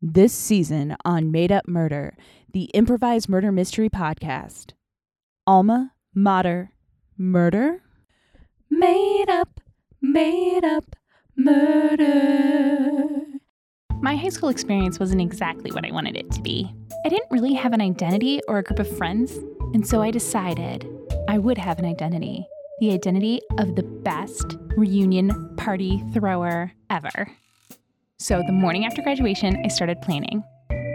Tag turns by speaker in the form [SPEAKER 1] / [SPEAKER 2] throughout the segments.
[SPEAKER 1] This season on Made Up Murder, the improvised murder mystery podcast. Alma, Mater, Murder? Made Up, Made Up, Murder.
[SPEAKER 2] My high school experience wasn't exactly what I wanted it to be. I didn't really have an identity or a group of friends, and so I decided I would have an identity the identity of the best reunion party thrower ever. So the morning after graduation, I started planning.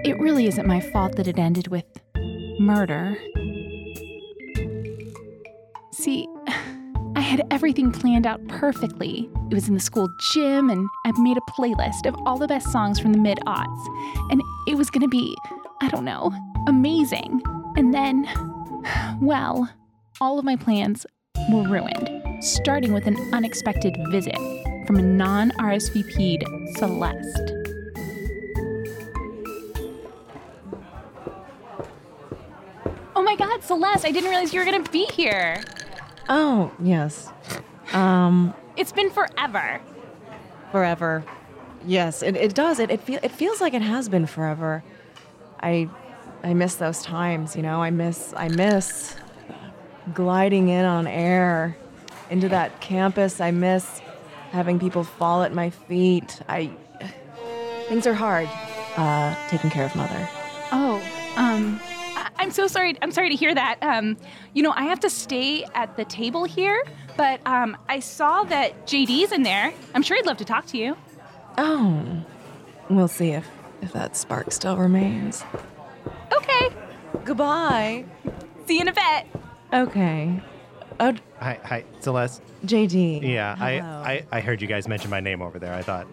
[SPEAKER 2] It really isn't my fault that it ended with murder. See, I had everything planned out perfectly. It was in the school gym, and I made a playlist of all the best songs from the mid aughts. And it was gonna be, I don't know, amazing. And then, well, all of my plans were ruined, starting with an unexpected visit from a non RSVP'd Celeste. Oh my god, Celeste, I didn't realize you were gonna be here.
[SPEAKER 3] Oh, yes. Um,
[SPEAKER 2] It's been forever.
[SPEAKER 3] forever. Yes, it, it does. It, it, feel, it feels like it has been forever. I, I miss those times, you know? I miss, I miss gliding in on air into that campus. I miss having people fall at my feet. I, things are hard. Uh, taking care of mother.
[SPEAKER 2] Oh, um, I- I'm so sorry. I'm sorry to hear that. Um, you know, I have to stay at the table here, but um, I saw that JD's in there. I'm sure he'd love to talk to you.
[SPEAKER 3] Oh, we'll see if, if that spark still remains.
[SPEAKER 2] Okay,
[SPEAKER 3] Goodbye.
[SPEAKER 2] see you in a bit.
[SPEAKER 3] Okay. Oh,
[SPEAKER 4] Hi, hi, Celeste.
[SPEAKER 3] JD.
[SPEAKER 4] Yeah, I,
[SPEAKER 3] Hello.
[SPEAKER 4] I, I heard you guys mention my name over there. I thought,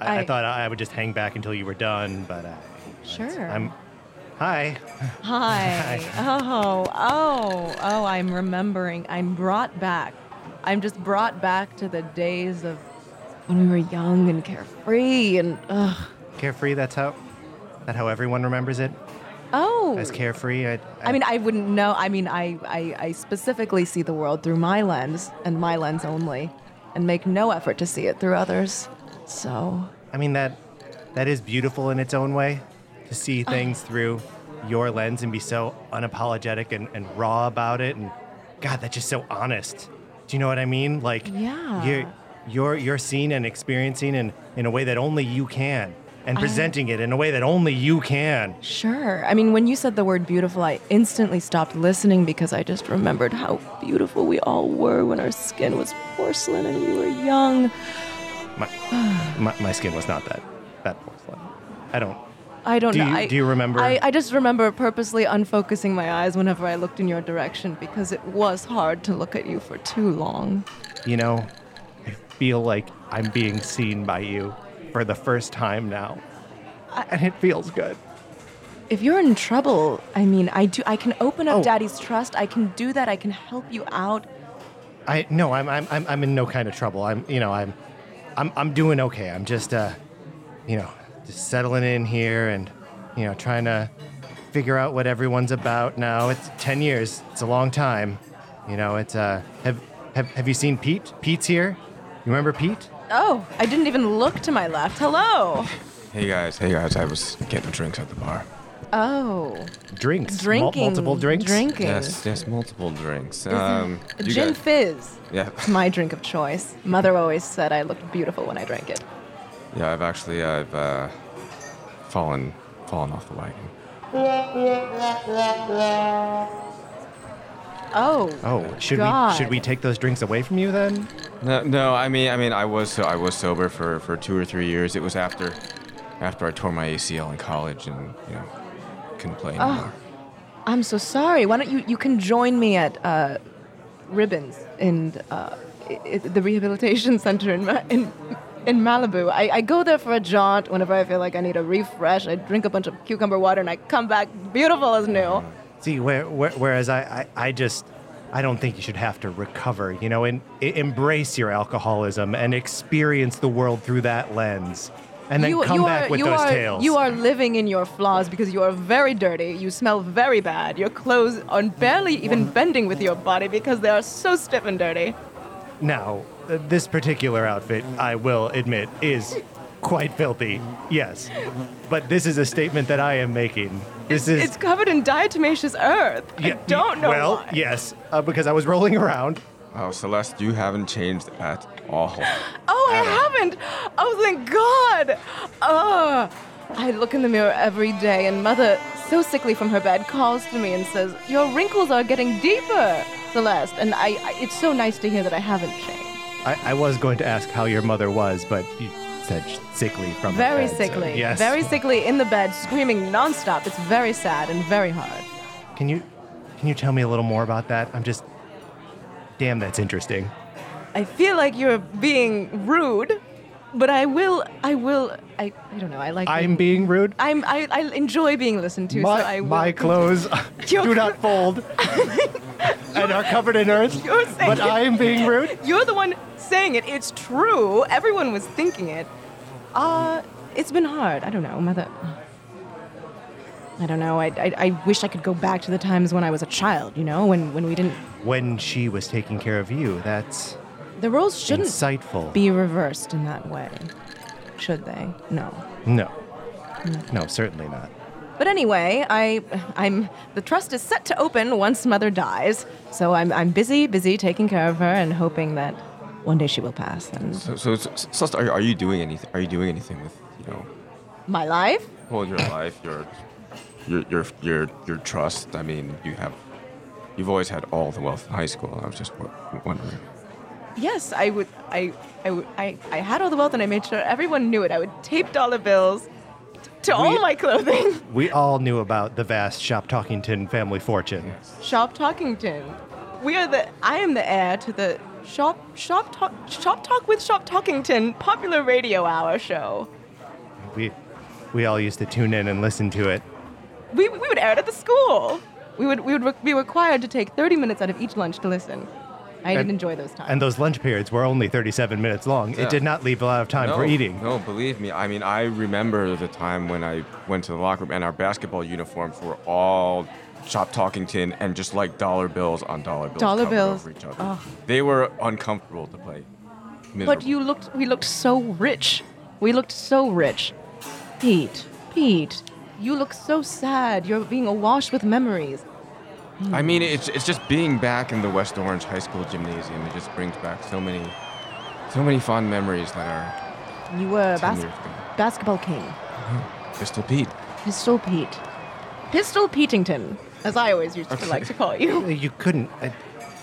[SPEAKER 4] I, I,
[SPEAKER 3] I-
[SPEAKER 4] thought I would just hang back until you were done, but I,
[SPEAKER 3] Sure.
[SPEAKER 4] I'm. Hi.
[SPEAKER 3] Hi. Oh, oh, oh, I'm remembering. I'm brought back. I'm just brought back to the days of when we were young and carefree and ugh.
[SPEAKER 4] Carefree. That's how, that how everyone remembers it
[SPEAKER 3] Oh.
[SPEAKER 4] as carefree. I, I,
[SPEAKER 3] I mean, I wouldn't know. I mean, I, I, I specifically see the world through my lens and my lens only and make no effort to see it through others. So,
[SPEAKER 4] I mean that, that is beautiful in its own way, to see things through your lens and be so unapologetic and, and raw about it. And God, that's just so honest. Do you know what I mean? Like,
[SPEAKER 3] Yeah.
[SPEAKER 4] you're, you're, you're seeing and experiencing in, in a way that only you can, and presenting it in a way that only you can.
[SPEAKER 3] sure. I mean, when you said the word beautiful, I instantly stopped listening because I just remembered how beautiful we all were when our skin was porcelain and we were young.
[SPEAKER 4] My, my, my skin was not that, that porcelain. I don't.
[SPEAKER 3] I don't
[SPEAKER 4] Do
[SPEAKER 3] know.
[SPEAKER 4] you-
[SPEAKER 3] I,
[SPEAKER 4] do you remember-
[SPEAKER 3] I, I just remember purposely unfocusing my eyes whenever I looked in your direction because it was hard to look at you for too long.
[SPEAKER 4] You know, I feel like I'm being seen by you for the first time now, and it feels good.
[SPEAKER 3] If you're in trouble, I mean, I do. I can open up
[SPEAKER 4] Oh.
[SPEAKER 3] Daddy's trust. I can do that. I can help you out.
[SPEAKER 4] I no, I'm I'm I'm, I'm in no kind of trouble. I'm you know I'm I'm I'm doing okay. I'm just uh you know just settling in here and you know trying to figure out what everyone's about now. It's ten years. It's a long time. You know it's uh have have have you seen Pete? Pete's here. You remember Pete?
[SPEAKER 3] Oh, I didn't even look to my left. Hello.
[SPEAKER 5] Hey guys, hey guys, I was getting drinks at the bar.
[SPEAKER 3] Oh,
[SPEAKER 4] Drinks. Mul-
[SPEAKER 3] drinking.
[SPEAKER 4] multiple drinks.
[SPEAKER 3] Drinking.
[SPEAKER 5] Yes, yes, multiple drinks. Um, you
[SPEAKER 3] Gin
[SPEAKER 5] guys,
[SPEAKER 3] fizz.
[SPEAKER 5] yeah,
[SPEAKER 3] It's my drink of choice. Mother always said I looked beautiful when I drank it.
[SPEAKER 5] yeah, I've actually, I've uh, fallen, fallen off the wagon.
[SPEAKER 3] Oh.
[SPEAKER 4] Oh, should
[SPEAKER 3] God.
[SPEAKER 4] we should we take those drinks away from you then?
[SPEAKER 5] No, no, I mean, I mean, I was, so I was sober for for two or three years. It was after, after I tore my ACL in college and you know, couldn't play anymore.
[SPEAKER 3] I'm so sorry. Why don't you you can join me at uh, Ribbons in uh, i- i- the rehabilitation center in Ma- in, in Malibu. I, I go there for a jaunt whenever I feel like I need a refresh. I drink a bunch of cucumber water and I come back beautiful as new.
[SPEAKER 4] See, where, where, whereas I, I, I just, I don't think you should have to recover. You know, and e- embrace your alcoholism and experience the world through that lens, and then
[SPEAKER 3] you
[SPEAKER 4] come
[SPEAKER 3] you
[SPEAKER 4] back
[SPEAKER 3] are
[SPEAKER 4] with
[SPEAKER 3] you
[SPEAKER 4] those
[SPEAKER 3] are
[SPEAKER 4] tales.
[SPEAKER 3] you are living in your flaws because you are very dirty. You smell very bad. Your clothes are barely even bending with your body because they are so stiff and dirty.
[SPEAKER 4] now, uh, this particular outfit, I will admit, is quite filthy, yes. But this is a statement that I am making. This is
[SPEAKER 3] It's covered in diatomaceous earth. I
[SPEAKER 4] yeah,
[SPEAKER 3] don't know
[SPEAKER 4] Well,
[SPEAKER 3] why.
[SPEAKER 4] yes, uh, because I was rolling around.
[SPEAKER 5] Wow, Oh, Celeste, you haven't changed at all.
[SPEAKER 3] Oh, I
[SPEAKER 5] Adam.
[SPEAKER 4] Uh,
[SPEAKER 3] haven't. Oh, thank God. Uh, I look in the mirror every day, and Mother, so sickly from her bed, calls to me and says, "Your wrinkles are getting deeper, Celeste." And I, I it's so nice to hear that I haven't changed.
[SPEAKER 4] I, I was going to ask how your mother was, but you said sh- sickly from her
[SPEAKER 3] Very
[SPEAKER 4] bed, so
[SPEAKER 3] sickly.
[SPEAKER 4] yes.
[SPEAKER 3] Very sickly in the bed, screaming nonstop. It's very sad and very hard.
[SPEAKER 4] Can you can you tell me a little more about that? I'm just damn that's interesting.
[SPEAKER 3] I feel like you're being rude, but I will. I will. I. I don't know. I like.
[SPEAKER 4] I'm being rude.
[SPEAKER 3] I'm. I, I enjoy being listened to.
[SPEAKER 4] my
[SPEAKER 3] so I will
[SPEAKER 4] my clothes
[SPEAKER 3] You're-
[SPEAKER 4] do not fold and are covered in earth.
[SPEAKER 3] You're saying-
[SPEAKER 4] But I am being rude.
[SPEAKER 3] You're the one saying it. It's true. Everyone was thinking it. Uh, it's been hard. I don't know, mother. I don't know. I, I, I wish I could go back to the times when I was a child, you know, when, when we didn't.
[SPEAKER 4] When she was taking care of you, that's
[SPEAKER 3] The roles shouldn't
[SPEAKER 4] insightful.
[SPEAKER 3] be reversed in that way, should they? No.
[SPEAKER 4] no. No, certainly not.
[SPEAKER 3] But anyway, I, I'm the trust is set to open once mother dies, so I'm, I'm busy, busy taking care of her and hoping that one day she will pass. And
[SPEAKER 5] So, so, so Celeste, are, are you doing anything? Are you doing anything with you know,
[SPEAKER 3] my life,
[SPEAKER 5] well, your life, your, your, your, your, your trust? I mean, you have, you've always had all the wealth in high school. I was just wo- wondering.
[SPEAKER 3] Yes, I would. I, I, would- I, I had all the wealth, and I made sure everyone knew it. I would tape dollar bills t- to all my clothing.
[SPEAKER 4] We all knew about the vast Shop Talkington family fortune.
[SPEAKER 3] Shop Talkington. We are the. I am the heir to the shop shop talk shop talk with Shop Talkington popular radio hour show.
[SPEAKER 4] We we all used to tune in and listen to it.
[SPEAKER 3] We, we would air it at the school. We would we would re- be required to take thirty minutes out of each lunch to listen. I did
[SPEAKER 4] And-
[SPEAKER 3] enjoy those times.
[SPEAKER 4] And those lunch periods were only 37 minutes long.
[SPEAKER 5] Yeah.
[SPEAKER 4] It did not leave a lot of time for eating.
[SPEAKER 5] No, believe me. I mean, I remember the time when I went to the locker room and our basketball uniforms were all shop talking tin and just like dollar bills on dollar bills.
[SPEAKER 3] Dollar
[SPEAKER 5] covered
[SPEAKER 3] bills.
[SPEAKER 5] Over each other.
[SPEAKER 3] Ugh.
[SPEAKER 5] They were uncomfortable to play.
[SPEAKER 3] But
[SPEAKER 5] Miserable.
[SPEAKER 3] you looked. We looked so rich. We looked so rich. Pete, Pete, you look so sad. You're being awash with memories.
[SPEAKER 5] I mean, it's, it's just being back in the West Orange High School gymnasium. It just brings back so many, so many fond memories that
[SPEAKER 3] You were a
[SPEAKER 5] Ten
[SPEAKER 3] bas-
[SPEAKER 5] years ago.
[SPEAKER 3] basketball king.
[SPEAKER 5] are Pistol Pete.
[SPEAKER 3] Pistol Pete. Pistol Petington, as I always used to like to call you.
[SPEAKER 4] You couldn't. I,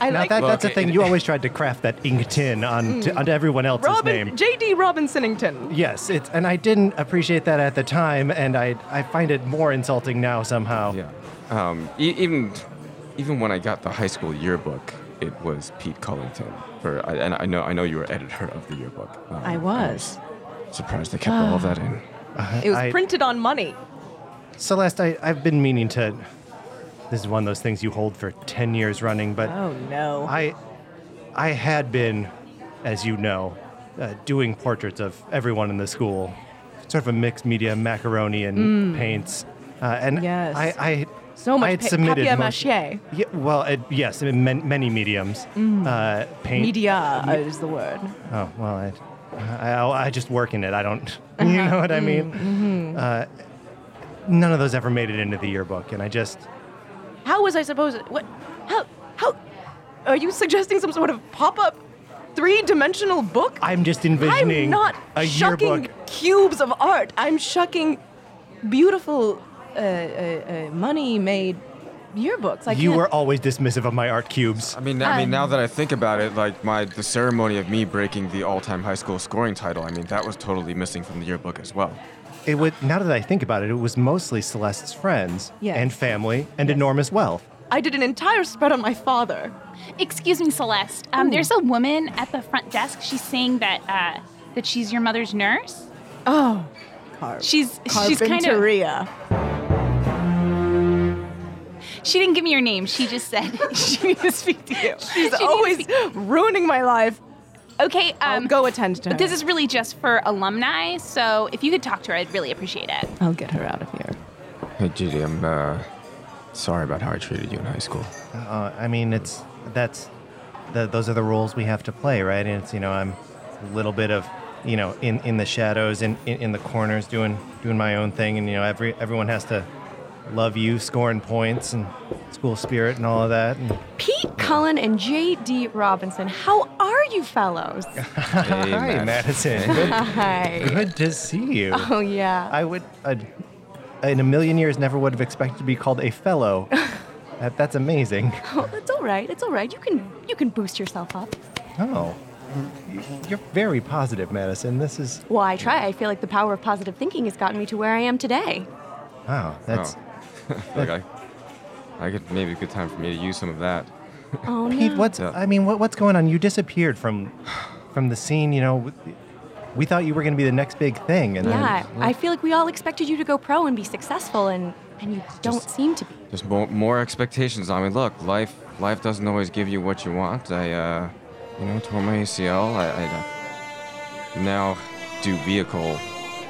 [SPEAKER 3] I
[SPEAKER 4] now
[SPEAKER 3] like Hmm.
[SPEAKER 4] that,
[SPEAKER 5] Well,
[SPEAKER 4] that's a
[SPEAKER 5] okay,
[SPEAKER 4] thing.
[SPEAKER 5] it-
[SPEAKER 4] You always tried to craft that ink tin on to, onto everyone else's
[SPEAKER 3] Robin
[SPEAKER 4] name.
[SPEAKER 3] J.D. Robinsonington.
[SPEAKER 4] Yes, it's, and I didn't appreciate that at the time, and I I find it more insulting now somehow.
[SPEAKER 5] Yeah. Um, e- even even when I got the high school yearbook, it was Pete Cullington. For I- and I know I know you were editor of the yearbook. Um,
[SPEAKER 3] I was.
[SPEAKER 5] I was surprised they kept all of that in.
[SPEAKER 3] It was
[SPEAKER 4] I-
[SPEAKER 3] printed on money.
[SPEAKER 4] Celeste, I, I've been meaning to. This is one of those things you hold for ten years running, but
[SPEAKER 3] Oh no.
[SPEAKER 4] I I had been, as you know, uh, doing portraits of everyone in the school, sort of a mixed media macaroni and paints, uh, and
[SPEAKER 3] Hmm. Yes.
[SPEAKER 4] I, I
[SPEAKER 3] so much
[SPEAKER 4] I had
[SPEAKER 3] pa-
[SPEAKER 4] submitted
[SPEAKER 3] papier
[SPEAKER 4] most-
[SPEAKER 3] mâché.
[SPEAKER 4] Yeah, well, it, yes, in man- many mediums. Uh,
[SPEAKER 3] Mm.
[SPEAKER 4] paint.
[SPEAKER 3] Media is the word.
[SPEAKER 4] Oh well, I, I, I just work in it. I don't.
[SPEAKER 3] Uh-huh.
[SPEAKER 4] You know what I mean?
[SPEAKER 3] Mm-hmm,
[SPEAKER 4] Uh, none of those ever made it into the yearbook, and I just
[SPEAKER 3] How was I supposed? What? How? How? Are you suggesting some sort of pop-up, three-dimensional book?
[SPEAKER 4] I'm just envisioning
[SPEAKER 3] I'm not
[SPEAKER 4] a
[SPEAKER 3] shucking
[SPEAKER 4] yearbook.
[SPEAKER 3] cubes of art. I'm shucking beautiful uh, uh, uh, money-made yearbooks. I
[SPEAKER 4] You
[SPEAKER 3] can't-
[SPEAKER 4] were always dismissive of my art cubes.
[SPEAKER 5] I mean, I mean,
[SPEAKER 3] Um,
[SPEAKER 5] now that I think about it, like my the ceremony of me breaking the all-time high school scoring title. I mean, that was totally missing from the yearbook as well.
[SPEAKER 4] It would. Now that I think about it, it was mostly Celeste's friends
[SPEAKER 3] Yes.
[SPEAKER 4] and family and enormous wealth.
[SPEAKER 3] I did an entire spread on my father.
[SPEAKER 2] Excuse me, Celeste. Um, there's a woman at the front desk. She's saying that uh, that she's your mother's nurse.
[SPEAKER 3] Oh,
[SPEAKER 2] She's she's kind of she didn't give me your name. She just said she needed to speak to you. She needed
[SPEAKER 3] She's
[SPEAKER 2] to
[SPEAKER 3] always
[SPEAKER 2] speak-
[SPEAKER 3] ruining my life.
[SPEAKER 2] okay.
[SPEAKER 3] I'll
[SPEAKER 2] Um,
[SPEAKER 3] go attend to her.
[SPEAKER 2] But this is really just for alumni. So if you could talk to her, I'd really appreciate it.
[SPEAKER 3] I'll get her out of here.
[SPEAKER 5] Hey, Judy, I'm uh, sorry about how I treated you in high school.
[SPEAKER 4] Uh, I mean, it's that's the, those are the rules we have to play, right? And it's you know, I'm a little bit of you know, in, in the shadows, in, in, in the corners, doing doing my own thing, and you know, every everyone has to love you, scoring points and school spirit and all of that. And
[SPEAKER 6] Pete Cullen and J.D. Robinson, how are you fellows?
[SPEAKER 4] hi,
[SPEAKER 5] Hey, Matt.
[SPEAKER 4] Madison. Good,
[SPEAKER 6] Hi.
[SPEAKER 4] good to see you.
[SPEAKER 6] Oh, yeah.
[SPEAKER 4] I would, i in a million years, never would have expected to be called a fellow. that, that's amazing.
[SPEAKER 6] Oh, it's all right. It's all right. You can you can boost yourself up.
[SPEAKER 4] Oh, you're very positive, Madison. This is
[SPEAKER 6] Well, I try. I feel like the power of positive thinking has gotten me to where I am today.
[SPEAKER 4] wow. That's
[SPEAKER 5] Like I, I could maybe a good time for me to use some of that.
[SPEAKER 6] Oh, no.
[SPEAKER 4] Pete. What's
[SPEAKER 5] Yeah.
[SPEAKER 4] I mean, what, what's going on? You disappeared from from the scene. You know, w- we thought you were going to be the next big thing, and
[SPEAKER 6] Yeah, I feel like we all expected you to go pro and be successful, and, and you don't seem to be.
[SPEAKER 5] There's more, more expectations on me. Look, life life doesn't always give you what you want. I, uh, you know, tore my ACL. I, I uh, now do vehicle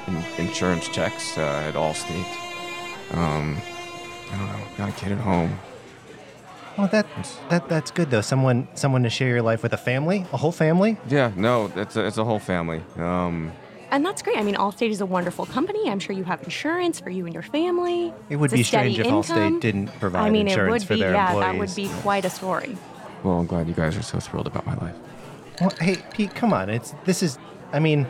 [SPEAKER 5] in, insurance checks uh, at Allstate. Um, I don't know. Got a kid at home.
[SPEAKER 4] then, well, that that that's good though. Someone someone to share your life with a family, a whole family.
[SPEAKER 5] Yeah, no, it's a, it's a whole family. Um,
[SPEAKER 6] And that's great. I mean, Allstate is a wonderful company. I'm sure you have insurance for you and your family.
[SPEAKER 4] It would
[SPEAKER 6] It's a
[SPEAKER 4] be strange
[SPEAKER 6] steady
[SPEAKER 4] if
[SPEAKER 6] income.
[SPEAKER 4] Allstate didn't provide
[SPEAKER 6] I mean, it
[SPEAKER 4] insurance
[SPEAKER 6] would
[SPEAKER 4] for
[SPEAKER 6] be,
[SPEAKER 4] their
[SPEAKER 6] yeah,
[SPEAKER 4] employees.
[SPEAKER 6] that would be quite a story.
[SPEAKER 5] well, I'm glad you guys are so thrilled about my life.
[SPEAKER 4] Well, hey, Pete, come on. It's this is. I mean,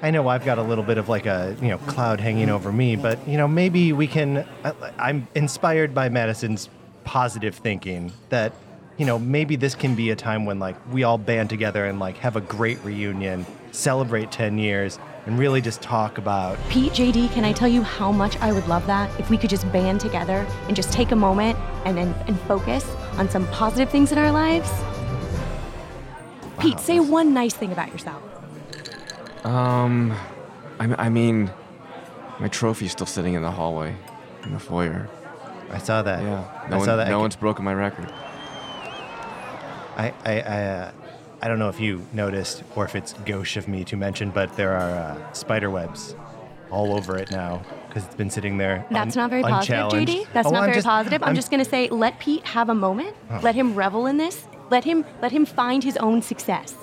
[SPEAKER 4] I know I've got a little bit of like a you know cloud hanging over me, but you know maybe we can. I, I'm inspired by Madison's positive thinking that you know maybe this can be a time when like we all band together and like have a great reunion, celebrate 10 years, and really just talk about
[SPEAKER 6] Pete, JD, can I tell you how much I would love that if we could just band together and just take a moment and and, and focus on some positive things in our lives? Pete, say one nice thing about yourself.
[SPEAKER 5] Um, I, I mean, my trophy's still sitting in the hallway, in the foyer.
[SPEAKER 4] I saw that.
[SPEAKER 5] Yeah,
[SPEAKER 4] I
[SPEAKER 5] no,
[SPEAKER 4] saw
[SPEAKER 5] one,
[SPEAKER 4] that. I
[SPEAKER 5] no
[SPEAKER 4] ca-
[SPEAKER 5] one's broken my record.
[SPEAKER 4] I, I, I, uh, I don't know if you noticed or if it's gauche of me to mention, but there are uh, spider webs all over it now because it's been sitting there.
[SPEAKER 6] That's
[SPEAKER 4] un-
[SPEAKER 6] not very positive,
[SPEAKER 4] unchallenged.
[SPEAKER 6] JD. That's
[SPEAKER 4] Oh,
[SPEAKER 6] not
[SPEAKER 4] I'm Oh.
[SPEAKER 6] very
[SPEAKER 4] just-
[SPEAKER 6] positive. I'm, just going to say, let Pete have a moment. Let him revel in this. Let him let him find his own success.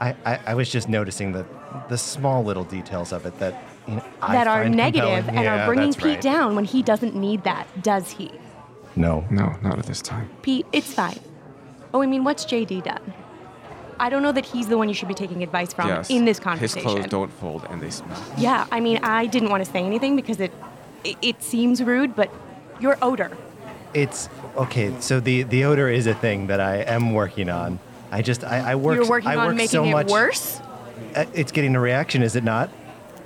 [SPEAKER 4] I, I, I was just noticing the, the small little details of it that you know, I
[SPEAKER 6] that are
[SPEAKER 4] find
[SPEAKER 6] negative
[SPEAKER 4] compelling.
[SPEAKER 6] and
[SPEAKER 4] Yeah,
[SPEAKER 6] are bringing
[SPEAKER 4] that's
[SPEAKER 6] Pete
[SPEAKER 4] right.
[SPEAKER 6] down when he doesn't need that, does he?
[SPEAKER 4] No,
[SPEAKER 5] No, not at this time.
[SPEAKER 6] Pete, it's fine. Oh, I mean, what's JD done? I don't know that he's the one you should be taking advice from
[SPEAKER 5] yes.
[SPEAKER 6] in this
[SPEAKER 5] His
[SPEAKER 6] conversation.
[SPEAKER 5] clothes don't fold and they smell.
[SPEAKER 6] Yeah, I mean, I didn't want to say anything because it, it it seems rude, but your odor.
[SPEAKER 4] it's okay. So the, the odor is a thing that I am working on. I just I, I work.
[SPEAKER 6] You're working
[SPEAKER 4] I
[SPEAKER 6] on
[SPEAKER 4] work
[SPEAKER 6] making
[SPEAKER 4] so
[SPEAKER 6] it
[SPEAKER 4] much.
[SPEAKER 6] worse.
[SPEAKER 4] Uh, It's getting a reaction, is it not?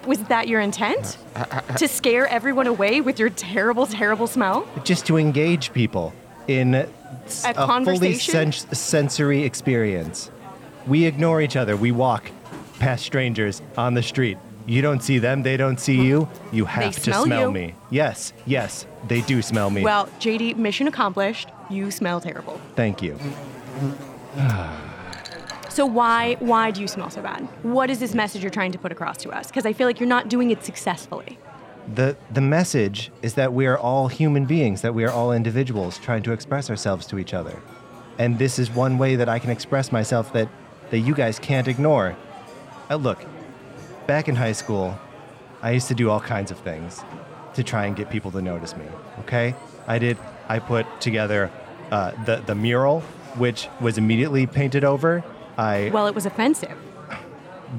[SPEAKER 6] Was that your intent?
[SPEAKER 4] Uh,
[SPEAKER 6] to scare everyone away with your terrible, terrible smell?
[SPEAKER 4] just to engage people in s-
[SPEAKER 6] A
[SPEAKER 4] a fully
[SPEAKER 6] conversation?
[SPEAKER 4] sen- sensory experience. We ignore each other. We walk past strangers on the street. You don't see them, they don't see you. You have to
[SPEAKER 6] smell
[SPEAKER 4] smell
[SPEAKER 6] you.
[SPEAKER 4] me. Yes, yes, they do smell me.
[SPEAKER 6] Well, JD, mission accomplished. You smell terrible.
[SPEAKER 4] Thank you.
[SPEAKER 6] So why why do you smell so bad? What is this message you're trying to put across to us? Because I feel like you're not doing it successfully.
[SPEAKER 4] The the message is that we are all human beings, that we are all individuals trying to express ourselves to each other. And this is one way that I can express myself that that you guys can't ignore. Uh, look, back in high school, I used to do all kinds of things to try and get people to notice me, okay? I did I put together uh, the the mural which was immediately painted over. I
[SPEAKER 6] Well, it was offensive.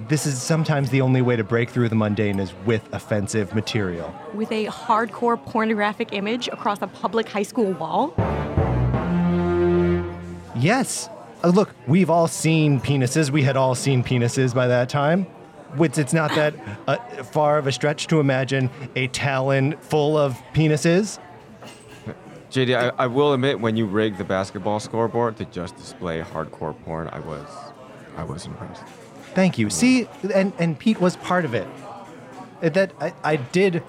[SPEAKER 4] this is sometimes the only way to break through the mundane is with offensive material.
[SPEAKER 6] With a hardcore pornographic image across a public high school wall?
[SPEAKER 4] Yes. Uh, look, we've all seen penises. We had all seen penises by that time. It's, it's not that uh, far of a stretch to imagine a talon full of penises.
[SPEAKER 5] JD, I, I will admit, when you rigged the basketball scoreboard to just display hardcore porn, I was, I was impressed.
[SPEAKER 4] Thank you. See, and, and Pete was part of it. Uh, That I, I did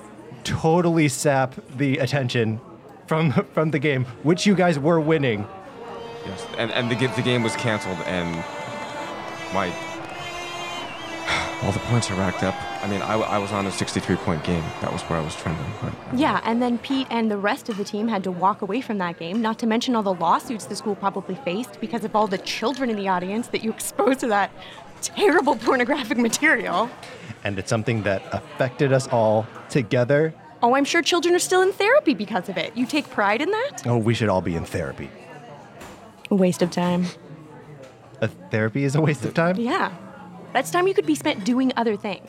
[SPEAKER 4] totally sap the attention from from the game, which you guys were winning.
[SPEAKER 5] Yes, and and the ga- the game was canceled, and my all the points are racked up. I mean, I, w- I was on a 63 point game. That was where I was trending. But
[SPEAKER 6] Yeah, and then Pete and the rest of the team had to walk away from that game, not to mention all the lawsuits the school probably faced because of all the children in the audience that you exposed to that terrible pornographic material.
[SPEAKER 4] And it's something that affected us all together.
[SPEAKER 6] Oh, I'm sure children are still in therapy because of it. You take pride in that?
[SPEAKER 4] Oh, we should all be in therapy.
[SPEAKER 6] A waste of time.
[SPEAKER 4] A therapy is a waste of time?
[SPEAKER 6] Yeah. That's time you could be spent doing other things.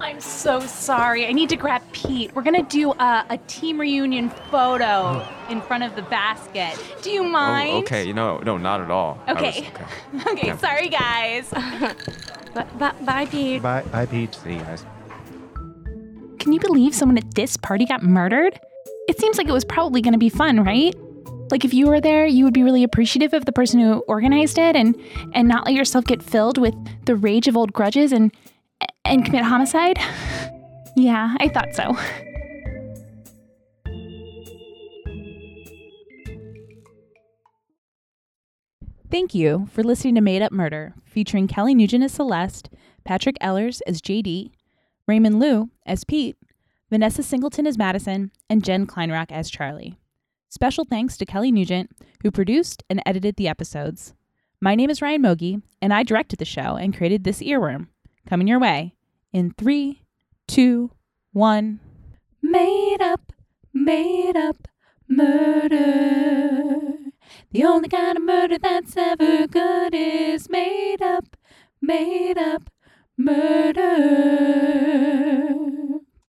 [SPEAKER 7] I'm so sorry. I need to grab Pete. We're gonna do a, a team reunion photo in front of the basket. Do you mind?
[SPEAKER 5] Oh, okay. You know, no, not at all. I was-
[SPEAKER 7] Okay. Okay,
[SPEAKER 5] Yeah.
[SPEAKER 7] sorry guys.
[SPEAKER 6] But, but bye, Pete.
[SPEAKER 4] Bye, bye, Pete.
[SPEAKER 5] See you guys.
[SPEAKER 7] Can you believe someone at this party got murdered? It seems like it was probably going to be fun, right? Like if you were there, you would be really appreciative of the person who organized it and and not let yourself get filled with the rage of old grudges and and commit homicide. yeah, I thought so.
[SPEAKER 2] Thank you for listening to Made Up Murder, featuring Kelly Nugent as Celeste, Patrick Ellers as JD, Raymond Liu as Pete, Vanessa Singleton as Madison, and Jen Kleinrock as Charlie. Special thanks to Kelly Nugent, who produced and edited the episodes. My name is Ryan Mogi, and I directed the show and created this earworm coming your way in three, two, one. Made up, made up murder. The only kind of murder that's ever good is made up, made up murder.